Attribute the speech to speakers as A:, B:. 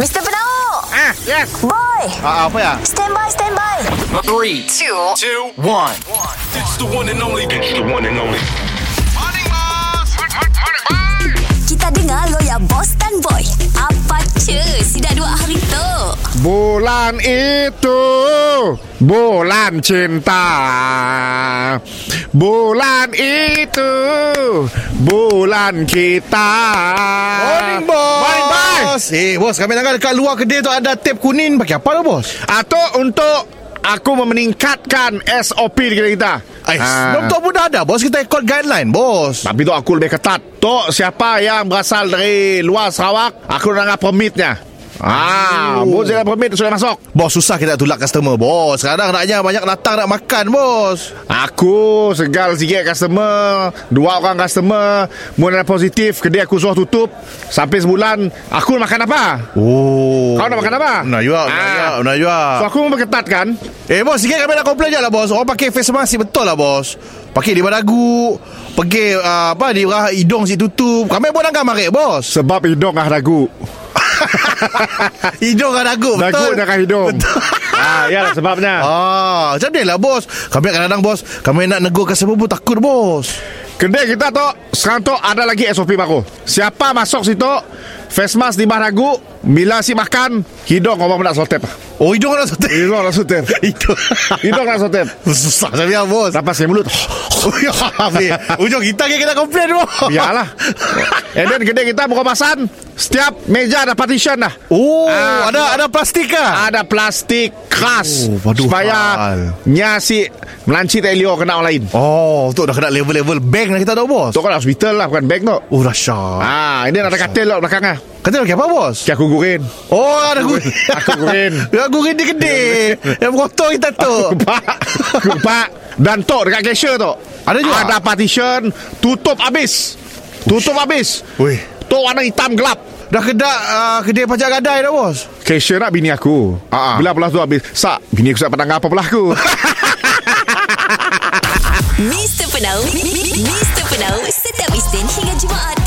A: Mr. Penau
B: Ah, yes.
A: Boy
B: Ah, apa ya?
A: Stand by, stand by
C: Three,
A: Two
C: two, one.
D: It's the one and only. It's the one and only.
A: Kita dengar lo ya Boss dan Boy Apa cu Si dah dua hari tu
B: Bulan itu Bulan cinta Bulan itu Bulan kita
E: Ah. Morning bos
B: Morning boss
E: Eh bos kami dengar dekat luar kedai tu Ada tip kuning Pakai apa tu bos
B: Atuk untuk Aku meningkatkan SOP di kedai kita
E: Eh
B: Ah.
E: sebelum tu pun dah ada bos Kita ikut guideline bos
B: Tapi tu aku lebih ketat Tok siapa yang berasal dari luar Sarawak Aku nak dengar permitnya Ah,
E: Oh.
B: bos jangan permit sudah masuk.
E: Bos susah kita nak tulak customer bos Kadang naknya banyak datang nak makan bos
B: Aku segal sikit customer Dua orang customer Mula ada positif Kedai aku suruh tutup Sampai sebulan Aku nak makan apa?
E: Oh
B: Kau nak makan apa?
E: Nak juga
B: Ah.
E: Nak juga Nak juga
B: So aku pun berketat kan
E: Eh bos sikit kami nak komplain je lah bos Orang pakai face mask si betul lah bos Pakai di dagu Pergi uh, apa di bawah hidung si tutup Kami pun angkat marik bos
B: Sebab hidung ah dagu
E: Hidung dengan dagu betul
B: Dagu dengan hidung Ah, ya sebabnya
E: Ah, macam ni lah bos Kami kadang-kadang bos Kami nak negur customer pun takut bos
B: Kedai kita tu Sekarang tu ada lagi SOP baru Siapa masuk situ Face mask di bah dagu Bila si makan Hidung orang nak sotep
E: Oh hidung nak sotek
B: Hidung nak sotep
E: Hidung
B: Hidung nak sotep
E: Susah saya bos Oh, ya,
B: Lepas saya mulut
E: Habis Ujung kita ke kena komplain bos
B: Yalah And then kedai kita berkemasan Setiap meja ada partition dah
E: Oh
B: Ah,
E: ada ada plastik kah
B: Ada plastik keras
E: Oh, waduh,
B: Supaya
E: hal.
B: Nya si Melancit tak liur kena orang lain
E: Oh tu dah kena level-level bank dah kita dah bos
B: Tu kan hospital lah Bukan bank tu
E: Oh Rasha
B: Ah, ini ada katil lah belakangnya
E: Kata pakai apa bos
B: Kaki aku gurin
E: Oh ada gurin
B: Aku gurin.
E: Aku gurin dia gede Yang kotor kita tu
B: Kupak Kupak Dan tu dekat cashier tu
E: Ada juga?
B: Ada partition Tutup habis Tutup habis
E: Weh
B: Tu warna hitam gelap
E: Dah kedak uh, kedai pajak gadai dah bos
B: Cashier nak bini aku
E: Ah, ah.
B: Bila pelas tu habis Sak Bini aku sak petang apa pelah aku
A: Mr. Penau Mi- Mi- Mi- Mr. Penau Setiap Isnin hingga Jumaat